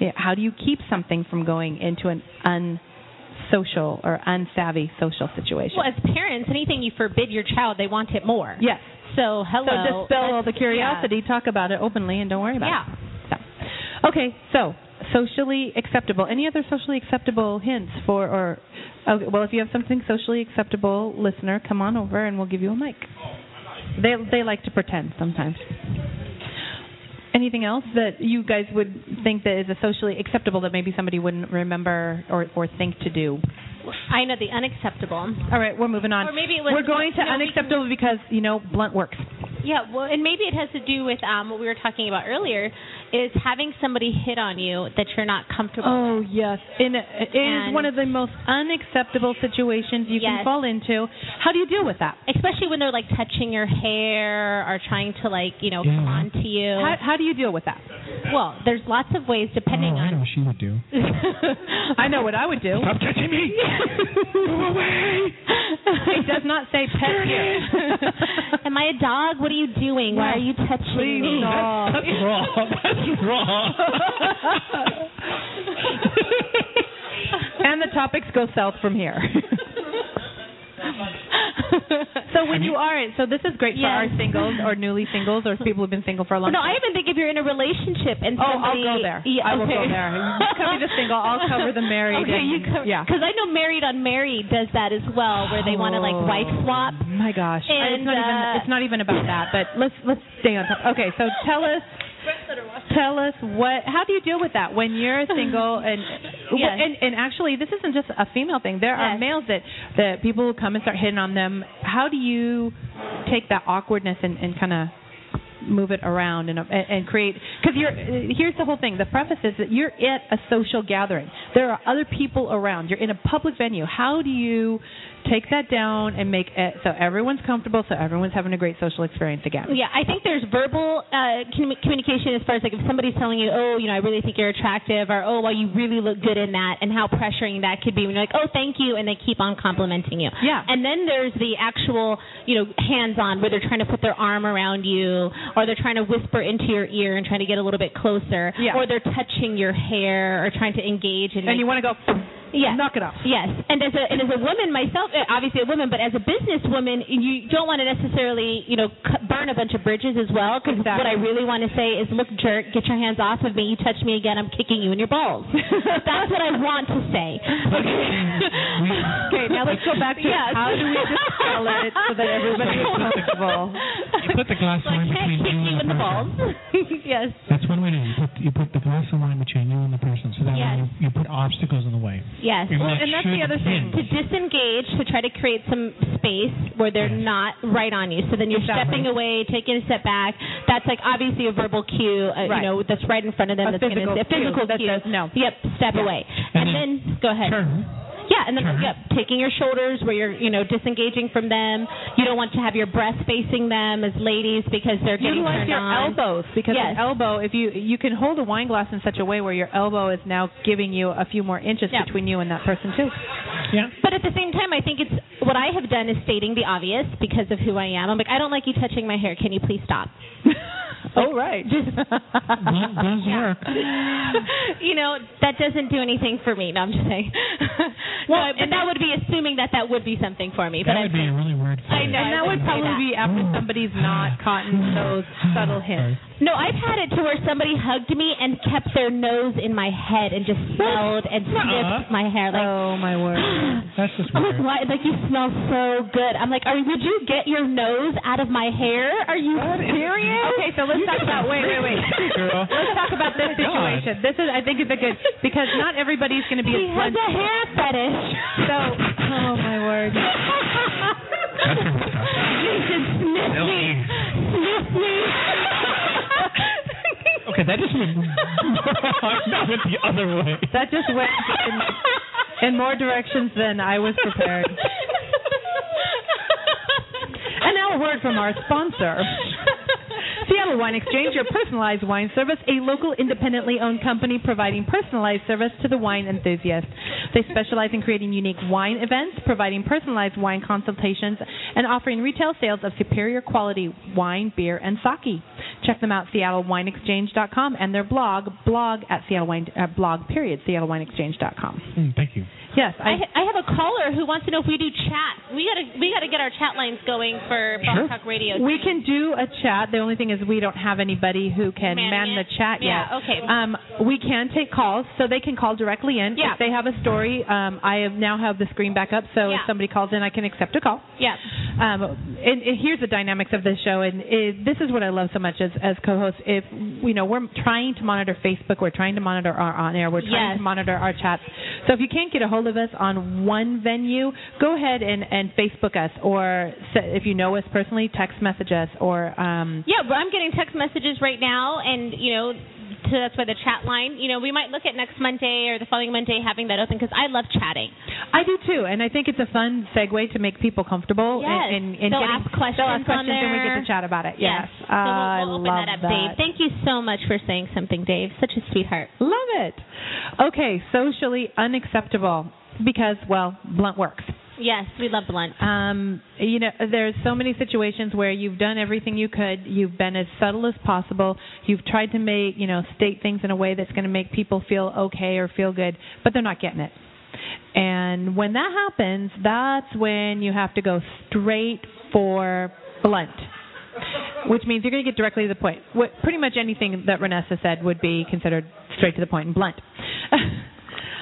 yeah, how do you keep something from going into an unsocial or unsavvy social situation? Well, as parents, anything you forbid your child, they want it more. yes. So So hello. dispel all the Let's- curiosity, talk about it openly, and don't worry about Yeah. it. So. Okay, so socially acceptable. Any other socially acceptable hints for or okay, well, if you have something socially acceptable, listener, come on over and we'll give you a mic. They they like to pretend sometimes. Anything else that you guys would think that is a socially acceptable that maybe somebody wouldn't remember or or think to do? Yeah. I know the unacceptable. All right, we're moving on. Or maybe let's- we're going to no, we can- unacceptable because you know blunt works. Yeah, well, and maybe it has to do with um, what we were talking about earlier, is having somebody hit on you that you're not comfortable. Oh yes, and it is And- one of the most unacceptable situations you can Yes. fall into. How do you deal with that? Especially when they're like touching your hair or trying to like you know Yeah. come on to you. How, how do you deal with [LAUGHS] that? well, there's lots of ways depending oh, I know on. what she would do. [LAUGHS] I know what I would do. Stop touching me! Go away! It does not say pet [LAUGHS] here. Am I a dog? What are you doing? Why are you touching Please, me? dog. [LAUGHS] That's wrong. That's wrong. and the topics go south from here. so when you aren't, so this is great for our Yes. singles or newly singles or people who've been single for a long [LAUGHS] No, time. I even think if you're in a relationship and Oh, I'll somebody, go there. Yeah, I will go okay. there. You cover the single, [LAUGHS] I'll cover the married Okay, and- you cover. yeah. Because I know married on married does that as well, where they want to like wife swap. Oh. My gosh, I- it's And, not uh, even it's not even about that. But let's let's stay on top. Okay, so tell us tell us what how do you deal with that when [LAUGHS] you're single and Yes. and and actually this isn't just a female thing. There are Yes. males that that people will come and start hitting on them. How do you take that awkwardness and and kind of move it around and and and create because you're here's the whole thing the preface is that you're at a social gathering there are other people around you're in a public venue how do you take that down and make it so everyone's comfortable so everyone's having a great social experience again Yeah, I think there's verbal uh, commu- communication as far as like if somebody's telling you, oh, you know, I really think you're attractive, or oh, well, you really look good in that, and how pressuring that could be when you're like, oh, thank you, and they keep on complimenting you. Yeah. And then there's the actual, you know, hands-on where they're trying to put their arm around you, or they're trying to whisper into your ear and trying to get a little bit closer, Yeah. or they're touching your hair or trying to engage and and you want to go yeah. knock it off Yes, and as a and as a woman myself, uh, obviously a woman, but as a businesswoman, you don't want to necessarily you know c- burn a bunch of bridges as well. Because Exactly. what I really want to say is, look, jerk, get your hands off of me. You touch me again, I'm kicking you in your [LAUGHS] balls. That's what I want to say. okay now let's go back to Yes. how do we dispel it so that everybody [LAUGHS] is comfortable You put the glass So I line can't between kick you you in and the the person. balls. [LAUGHS] yes. That's one way to do it. you put you put the glass of wine between you and the person, so that way Yes. you, you put obstacles in the way. Yes. And Well, that and that's the should other thing. hinge. to disengage to try to create some space where they're Yes. not right on you. So then you're Exactly. stepping away, taking a step back. That's like obviously a verbal cue, uh, Right. you know, that's right in front of A them. that's gonna physical say- a physical cue that cue. says no. Yep, step away. And And, then then, go ahead. Turn. Yeah, and then Turn. yep, taking your shoulders where you're, you know, disengaging from them. You don't want to have your breast facing them as ladies because they're getting Utilize turned your on. elbows because Yes. your elbow, if you you can hold a wine glass in such a way where your elbow is now giving you a few more inches Yeah. [LAUGHS] between you and that person too. Yeah. But at the same time, I think it's what I have done is stating the obvious because of who I am. I'm like, I don't like you touching my hair. Can you please stop? oh right. [LAUGHS] [LAUGHS] That does work. you know, that doesn't do anything for me. No, I'm just saying. [LAUGHS] Well, No, and that would be assuming that that would be something for me. But That I would be a really weird I phrase. know. and that would wouldn't say probably be that. after somebody's [SIGHS] not gotten those subtle hints. No, I've had it to where somebody hugged me and kept their nose in my head and just smelled and sniffed my hair. Like, Oh my word. [GASPS] That's just I was [LAUGHS] weird. like, like you smell so good. I'm like, are would you get your nose out of my hair? Are you serious? Okay, so let's talk about wait, wait, [LAUGHS] wait. [LAUGHS] Girl. Oh Let's talk about this God. situation. This is I think it's a good because not everybody's going to be He as has blunt. a hair fetish. So, oh my word. That's a weird [LAUGHS] You should sniff me. Sniff me. [LAUGHS] Okay, that just [LAUGHS] went. [LAUGHS] that went the other way. That just went [LAUGHS] in, in more directions than I was prepared. And now a word from our sponsor. Seattle Wine Exchange, your personalized wine service, a local independently owned company providing personalized service to the wine enthusiast. They specialize in creating unique wine events, providing personalized wine consultations, and offering retail sales of superior quality wine, beer, and sake. Check them out, seattlewineexchange.com, and their blog, blog at Seattle Wine, uh, blog period, seattlewineexchange.com. Mm, thank you. Yes, I, I, ha- I have a caller who wants to know if we do chat. We gotta we gotta get our chat lines going for Sure. Blog Talk Radio. We can do a chat. The only thing is we don't have anybody who can Man man the it? chat Yeah, yet. okay. Um, we can take calls, so they can call directly in. Yeah. If they have a story, um, I have now have the screen back up, so Yeah. if somebody calls in, I can accept a call. Yeah. Um, and, and here's the dynamics of this show, and it, this is what I love so much as, as co-hosts. If you know, we're trying to monitor Facebook, we're trying to monitor our on-air, we're trying Yes. to monitor our chats. So if you can't get a hold of us on one venue, go ahead and, and Facebook us, or se- if you know us personally, text message us, or um, Yeah, but I'm getting text messages right now, and you know, so that's why the chat line. You know, we might look at next Monday or the following Monday having that open because I love chatting. I do too, and I think it's a fun segue to make people comfortable. Yes. and, and, and They'll getting- ask questions They'll ask on questions, and we there. get to chat about it. Yes, So we'll, I we'll open love that up, Dave. Thank you so much for saying something, Dave. Such a sweetheart. Love it. Okay, socially unacceptable because, well, blunt works. Yes, we love blunt. Um, you know, there's so many situations where you've done everything you could. You've been as subtle as possible. You've tried to make, you know, state things in a way that's going to make people feel okay or feel good, but they're not getting it. And when that happens, that's when you have to go straight for blunt which means you're going to get directly to the point. What, pretty much anything that Renessa said would be considered straight to the point and blunt. [LAUGHS]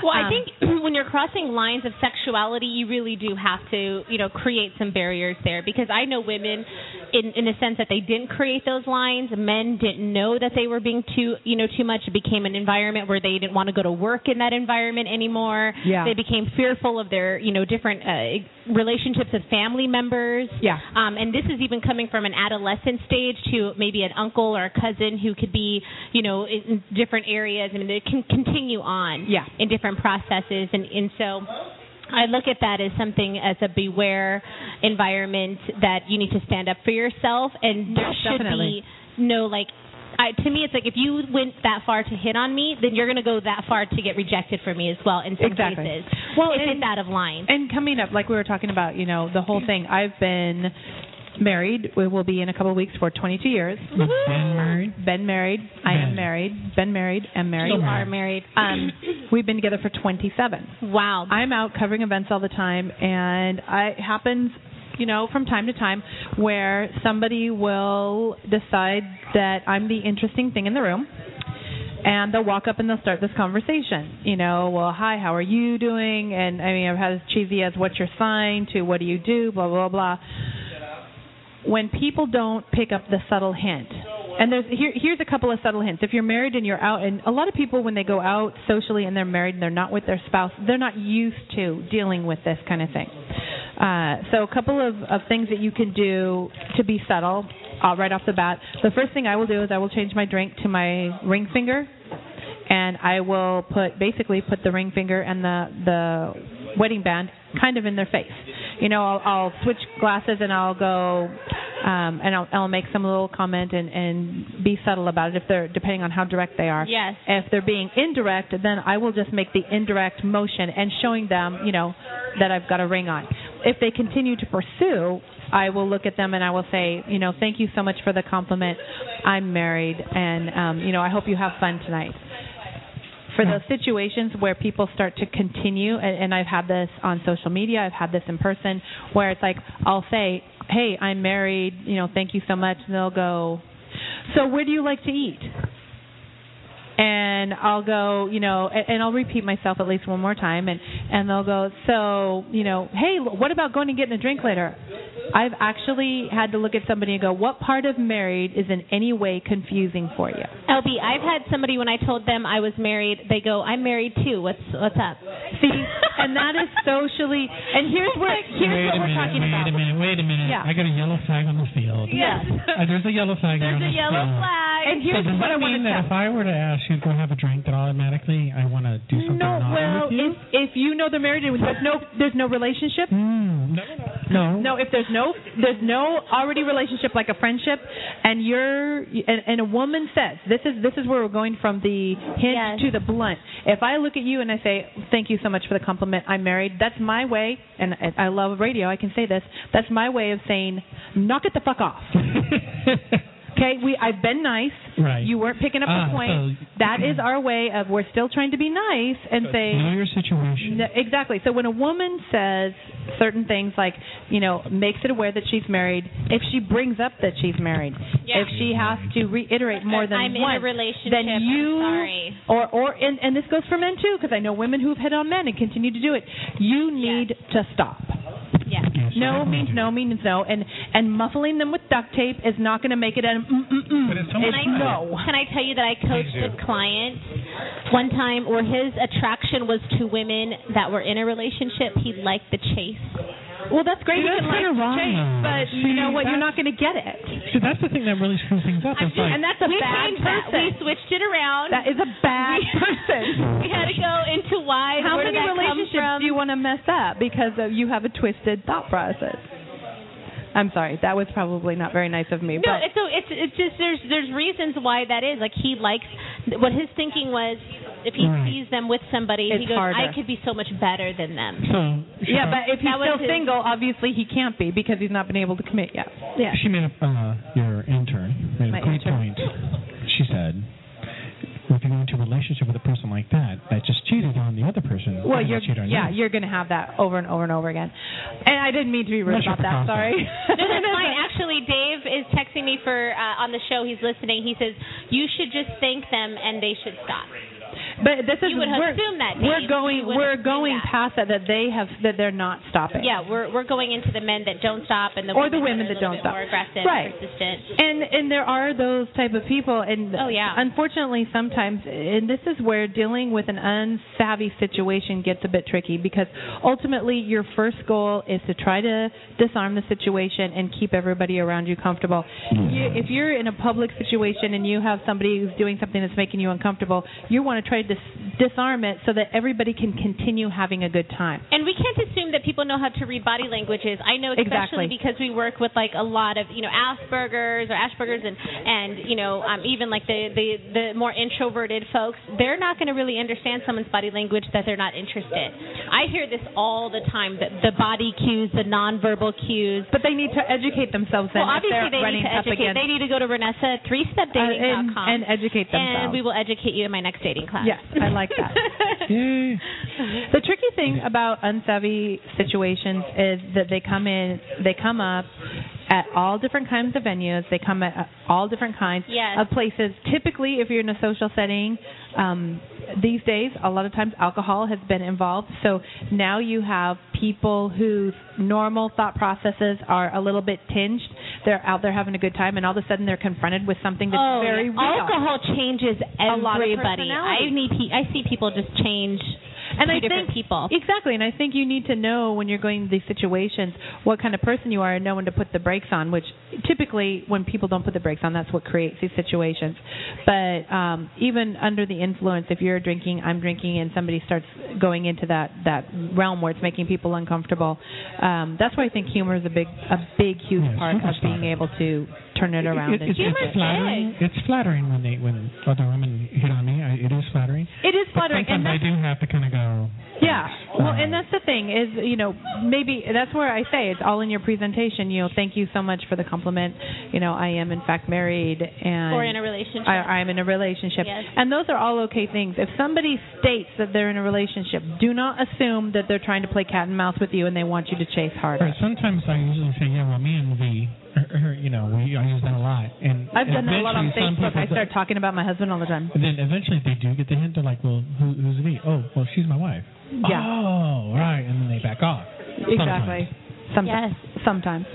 Well, I Um, think [CLEARS THROAT] when you're crossing lines of sexuality, you really do have to, you know, create some barriers there because I know women in in a sense that they didn't create those lines, men didn't know that they were being too, you know, too much. It became an environment where they didn't want to go to work in that environment anymore. Yeah. They became fearful of their, you know, different uh, relationships with family members. Yeah. Um, and this is even coming from an adolescent stage to maybe an uncle or a cousin who could be, you know, in in different areas. I mean, it can continue on Yeah. in different processes, and and so. I look at that as something as a beware environment that you need to stand up for yourself, and there should Definitely. be no like. I, to me, it's like if you went that far to hit on me, then you're going to go that far to get rejected from me as well. In some Exactly. cases, Well, if and- it's out of line. and coming up, like we were talking about, you know, the whole thing. I've been married. We will be in a couple of weeks for 22 years. You've been married? Been married. I am Been. married. Been married. Am married. Still you are married. Um, we've been together for 27. wow. I'm out covering events all the time, and I, it happens, you know, from time to time where somebody will decide that I'm the interesting thing in the room, and they'll walk up and they'll start this conversation. You know, well, hi, how are you doing? And I mean, I've had as cheesy as what's your sign to what do you do, blah blah blah. When people don't pick up the subtle hint, and there's here, here's a couple of subtle hints. If you're married and you're out, and a lot of people when they go out socially and they're married and they're not with their spouse, they're not used to dealing with this kind of thing. Uh, so a couple of, of things that you can do to be subtle uh, right off the bat. The first thing I will do is I will change my drink to my ring finger, and I will put basically put the ring finger and the the wedding band kind of in their face. You know, I'll, I'll switch glasses and I'll go um, and I'll, I'll make some little comment and, and be subtle about it if they're depending on how direct they are. Yes. If they're being indirect, then I will just make the indirect motion and showing them, you know, that I've got a ring on. If they continue to pursue, I will look at them and I will say, you know, thank you so much for the compliment. I'm married, and um, you know, I hope you have fun tonight for those situations where people start to continue and, and I've had this on social media, I've had this in person where it's like I'll say, "Hey, I'm married, you know, thank you so much." And they'll go, "So where do you like to eat?" And I'll go, you know, and, and I'll repeat myself at least one more time and and they'll go, "So, you know, hey, what about going and getting a drink later?" I've actually had to look at somebody and go, "What part of married is in any way confusing for you?" LB, I've had somebody when I told them I was married, they go, "I'm married too. What's what's [LAUGHS] up?" See, and that is socially. And here's where here's wait what we're a minute, talking wait about. a minute, wait a minute. Yeah. I got a yellow flag on the field. Yes. Uh, there's a yellow flag There's on a the yellow field. flag. And here's so does what I that want mean to that if tell. I were to ask you to go have a drink, that automatically I want to do something No, naughty well, with you? if if you know they're married and there's no there's no relationship. Hmm, no, No, if there's no there's no already relationship like a friendship, and you're and, and a woman says this is this is where we're going from the hint Yes. to the blunt. If I look at you and I say thank you so much for the compliment, I'm married. That's my way, and I- I love radio. I can say this. That's my way of saying knock it the fuck off. Okay, we I've been nice. Right. You weren't picking up Ah, the point. so- that is our way of we're still trying to be nice and say [LAUGHS] know your situation. N- exactly. So when a woman says certain things like, you know, makes it aware that she's married, if she brings up that she's married, Yeah. if she has to reiterate more than I'm once, in a relationship. then you I'm sorry. or or and, and this goes for men too because I know women who've hit on men and continue to do it. You need to stop. Yeah. Yes, I No agree. means no means no, and and muffling them with duct tape is not going to make it an mm mm mm. But if someone- It's Can I, no. Can I tell you that I coached Please do. a client one time where his attraction was to women that were in a relationship. He liked the chase. Well, that's great. you that's can like kinda wrong, change, though. but you See, know what? You're not that's- going to get it. See, that's the thing that really screws things up. It's like, And that's a we bad changed that. person. We switched it around. That is a [LAUGHS] bad person. we had to go into why. [LAUGHS] How where many did that come relationships from? do you want to mess up because of you have a twisted thought process? I'm sorry, that was probably not very nice of me. No, but it's so it's it's just there's there's reasons why that is. Like he likes what his thinking was. If he Right. sees them with somebody, It's he goes, harder. "I could be so much better than them." so she, yeah, but if he's That was still his- single, obviously he can't be because he's not been able to commit yet. Yeah. she made a, uh, your intern made My a great intern. point. She said, if you go into a relationship with a person like that, that just cheated on the other person. Well, I'm gonna you're cheat on yeah, you. you're going to have that over and over and over again. And I didn't mean to be rude Not sure about that. for Sorry. [LAUGHS] [LAUGHS] No, that's fine. Actually, Dave is texting me for uh, on the show. He's listening. He says you should just thank them and they should stop. But this is You would have we're, assumed that, we're Dave. going You would we're assume going that. past that that they have that they're not stopping. Yeah, we're we're going into the men that don't stop and the Or the women women are that a little don't bit stop. More aggressive, Right. persistent. And and there are those type of people, and Oh, yeah. unfortunately sometimes, and this is where dealing with an unsavvy situation gets a bit tricky because ultimately your first goal is to try to disarm the situation and keep everybody around you comfortable. You, if you're in a public situation and you have somebody who's doing something that's making you uncomfortable, you want to try to dis- disarm it so that everybody can continue having a good time. And we can't assume that people know how to read body languages. I know Exactly. especially because we work with like a lot of you know Aspergers or Aspergers and and you know um, even like the, the the more introverted folks. They're not going to really understand someone's body language that they're not interested. I hear this all the time that the body cues, the nonverbal cues. But they need to educate themselves then Well, if they're obviously they need running to up educate. against They need to go to Renessa uh, and, threestepdating.com and educate themselves. and we will educate you in my next dating class. Yes, I like [LAUGHS] that. Yay. The tricky thing about unsavvy situations is that they come in, they come up at all different kinds of venues. They come at uh, all different kinds Yes. of places. Typically, if you're in a social setting, um, these days, a lot of times alcohol has been involved. So now you have people whose normal thought processes are a little bit tinged. They're out there having a good time, and all of a sudden they're confronted with something that's oh, very yeah. real. alcohol changes A lot of everybody. I personalities. need. Pe- I see people just change two different think, people. Exactly, and I think you need to know when you're going to these situations what kind of person you are and know when to put the brakes on. Which typically, when people don't put the brakes on, that's what creates these situations. But um, even under the influence, if you're drinking, I'm drinking, and somebody starts going into that that realm where it's making people uncomfortable, um, that's why I think humor is a big a big huge Yeah, part humor's of being fun. able to turn it around. It- and it's, change it's it. flattering. It's flattering when they when other women hit on me. I, it is flattering. It is But flattering, and sometimes I that's do have to kind of go. Yeah. Well, Um, and that's the thing is, you know, maybe that's where I say it's all in your presentation. You know, thank you so much for the compliment. You know, I am in fact married and or in a relationship. I, I'm in a relationship. Yes. And those are all okay things. If somebody states that they're in a relationship, do not assume that they're trying to play cat and mouse with you and they want you to chase harder. Right. Sometimes I usually say, yeah, well, me and V, er, you know, we I use that a lot. And I've done that a lot on eventually some Facebook. I people- start talking about my husband all the time. And then eventually they do get the hint. They're like, well, who, who's V? Oh, well, she's my wife. Yeah. Oh, right. And then they back off. Exactly. Sometimes. Sometimes.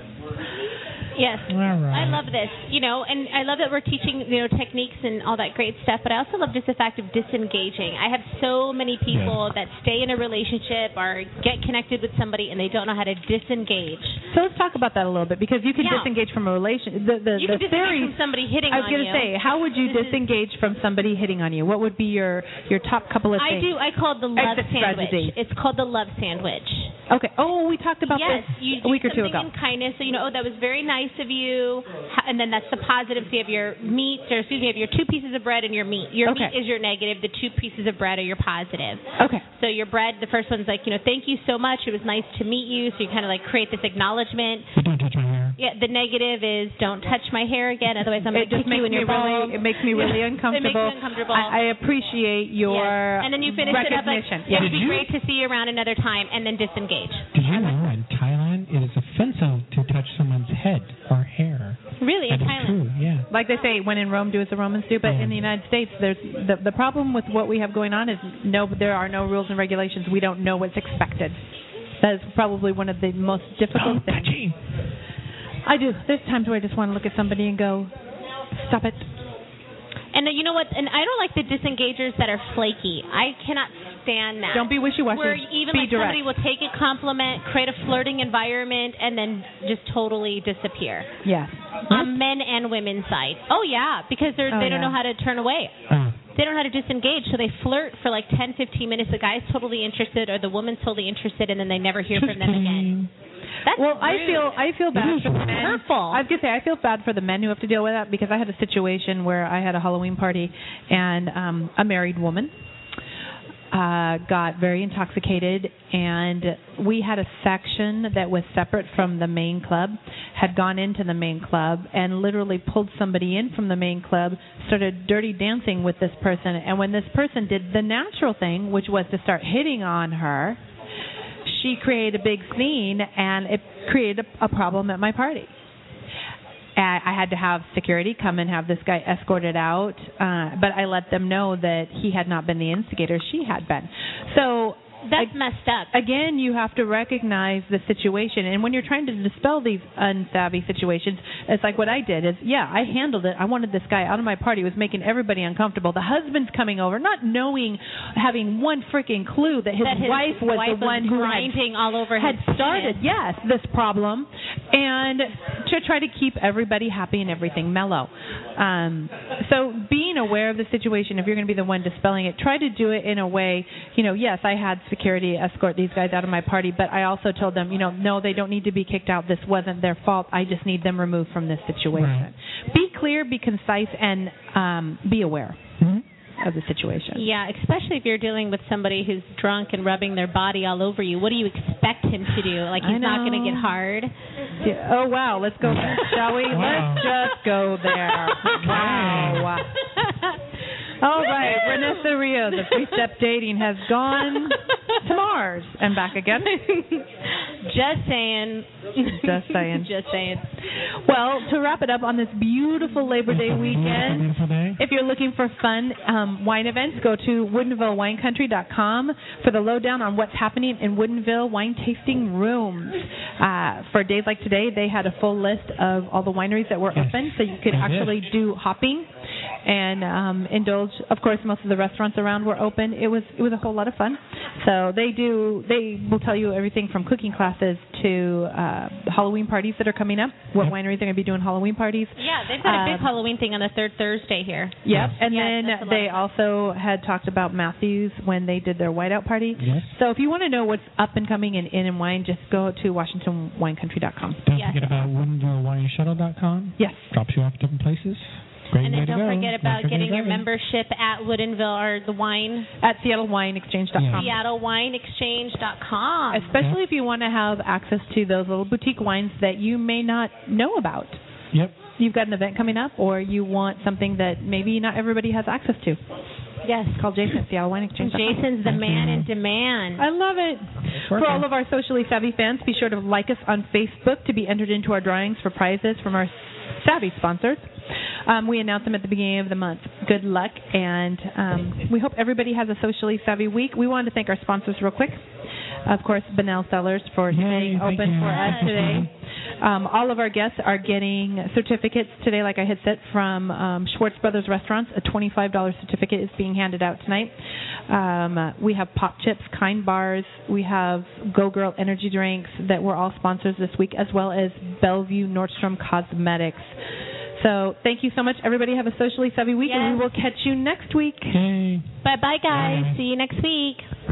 yes. Sometimes. All right. I love this, you know, and I love that we're teaching, you know, techniques and all that great stuff. But I also love just the fact of disengaging. I have so many people that stay in a relationship or get connected with somebody and they don't know how to disengage. So let's talk about that a little bit because you can Yeah. disengage from a relation. The, the, You the can theories disengage from somebody hitting I was on gonna you. say, how would you [LAUGHS] This is- disengage from somebody hitting on you? What would be your your top couple of things? I do. I call it the love Exit sandwich. strategy. It's called the love sandwich. do. Okay. Oh, we talked about yes, this you a do week or two something ago. in kindness. So you know, oh, that was very nice of you. Ho- And then that's the positive. So you have your meat, or excuse me, you have your two pieces of bread and your meat. Your Okay. meat is your negative. The two pieces of bread are your positive. okay. So your bread, the first one's like, you know, thank you so much. It was nice to meet you. So you kind of like create this acknowledgement. You don't touch my hair. Yeah, the negative is don't touch my hair again, otherwise I'm going It to kick just makes you in me your balls. really. It makes me [LAUGHS] Yeah. really It makes me uncomfortable. uncomfortable. I, I appreciate your Yes. And then you finish it up like, recognition. it Did would be you- great to see you around another time, and then disengage. Did you know in Thailand it is offensive to touch someone's head or hair? Really, in That is Thailand. true. Yeah. Like they say, when in Rome, do as the Romans do. But in the United States, there's the the problem with what we have going on is no, there are no rules and regulations. We don't know what's expected. That is probably one of the most difficult Don't things. touchy. I do. There's times where I just want to look at somebody and go, "Stop it." And uh, you know what? And I don't like the disengagers that are flaky. I cannot stand that. Don't be wishy-washy. Where even Be like direct. somebody will take a compliment, create a flirting environment, and then just totally disappear. Yes. Um, on men and women's side. Oh yeah, because they're Hmm? Oh, they don't yeah. know how to turn away. Uh, They don't know how to disengage, so they flirt for like 10, 15 minutes. The guy's totally interested, or the woman's totally interested, and then they never hear from them again. That's Well, I rude. feel I feel bad for the men. Hurtful. I was gonna say I feel bad for the men who have to deal with that because I had a situation where I had a Halloween party and um, a married woman uh, got very intoxicated and we had a section that was separate from the main club had gone into the main club and literally pulled somebody in from the main club started dirty dancing with this person and when this person did the natural thing which was to start hitting on her she created a big scene and it created a, a problem at my party. And I had to have security come and have this guy escorted out, uh, but I let them know that he had not been the instigator; she had been. So that's messed up. again, you have to recognize the situation, and when you're trying to dispel these unsavvy situations, it's like what I did is, yeah, I handled it. I wanted this guy out of my party; it was making everybody uncomfortable. The husband's coming over, not knowing, having one freaking clue that his, that his wife was the one who had grinding all over had his started, penis. yes, this problem, and to try to keep everybody happy and everything mellow. Um, so being aware of the situation, if you're going to be the one dispelling it, try to do it in a way. You know, yes, I had security escort these guys out of my party, but I also told them, you know, no, they don't need to be kicked out. This wasn't their fault. I just need them removed from this situation. Be clear, be concise, and um, be aware hmm? of the situation. Yeah, especially if you're dealing with somebody who's drunk and rubbing their body all over you. What do you expect him to do? Like I he's not going know. to get hard. Yeah. Oh wow, let's go there, shall we? Wow. Let's just go [LAUGHS] [LAUGHS] there. Wow. All right, Vanessa Rios, the three step dating has gone to Mars and back again. [LAUGHS] Just saying. Just saying. [LAUGHS] Just saying. [LAUGHS] Well, to wrap it up on this beautiful Labor Day weekend, Beautiful day. If you're looking for fun um, wine events, go to WoodenvilleWineCountry.com for the lowdown on what's happening in Woodenville wine tasting rooms. Uh, for days like today, they had a full list of all the wineries that were Yes. open, so you could They did. actually do hopping. and um, indulge. Of course, most of the restaurants around were open. It was it was a whole lot of fun. So they do they will tell you everything from cooking classes to uh, Halloween parties that are coming up. What wineries are going to be doing Halloween parties? Yeah, they've got a big Um, Halloween thing on the third Thursday here. Yep. And Yes, then that's a lot they of also had talked about Matthews when they did their whiteout party. Yes. So if you want to know what's up and coming in in and wine, just go to WashingtonWineCountry.com. Don't Yes. forget about WoodenvilleWineShuttle.com. Yes. Drops you off at different places. Great And way then to don't go. forget about After getting your driving. membership at Woodinville or the wine, At SeattleWineExchange.com. SeattleWineExchange.com. Especially if you want to have access to those little boutique wines that you may not know about. Yep. You've got an event coming up, or you want something that maybe not everybody has access to. Yes. Call Jason [LAUGHS] at Seattle Wine Exchange. Jason's the man in demand. I love it. For all of our socially savvy fans, be sure to like us on Facebook to be entered into our drawings for prizes from our savvy sponsors. Um, we announce them at the beginning of the month. Good luck, and um, we hope everybody has a socially savvy week. We wanted to thank our sponsors real quick. Of course, Benel Sellers for Yay, staying thank open you. for us Yes. today. Um, all of our guests are getting certificates today, like I had said, from um, Schwartz Brothers Restaurants. A $25 certificate is being handed out tonight. Um, uh, we have Pop Chips, Kind Bars. We have Go Girl Energy Drinks that were all sponsors this week, as well as Bellevue Nordstrom Cosmetics. So thank you so much, everybody. Have a socially savvy week, and we will catch you next week. Yay. Bye bye, guys. Bye. See you next week.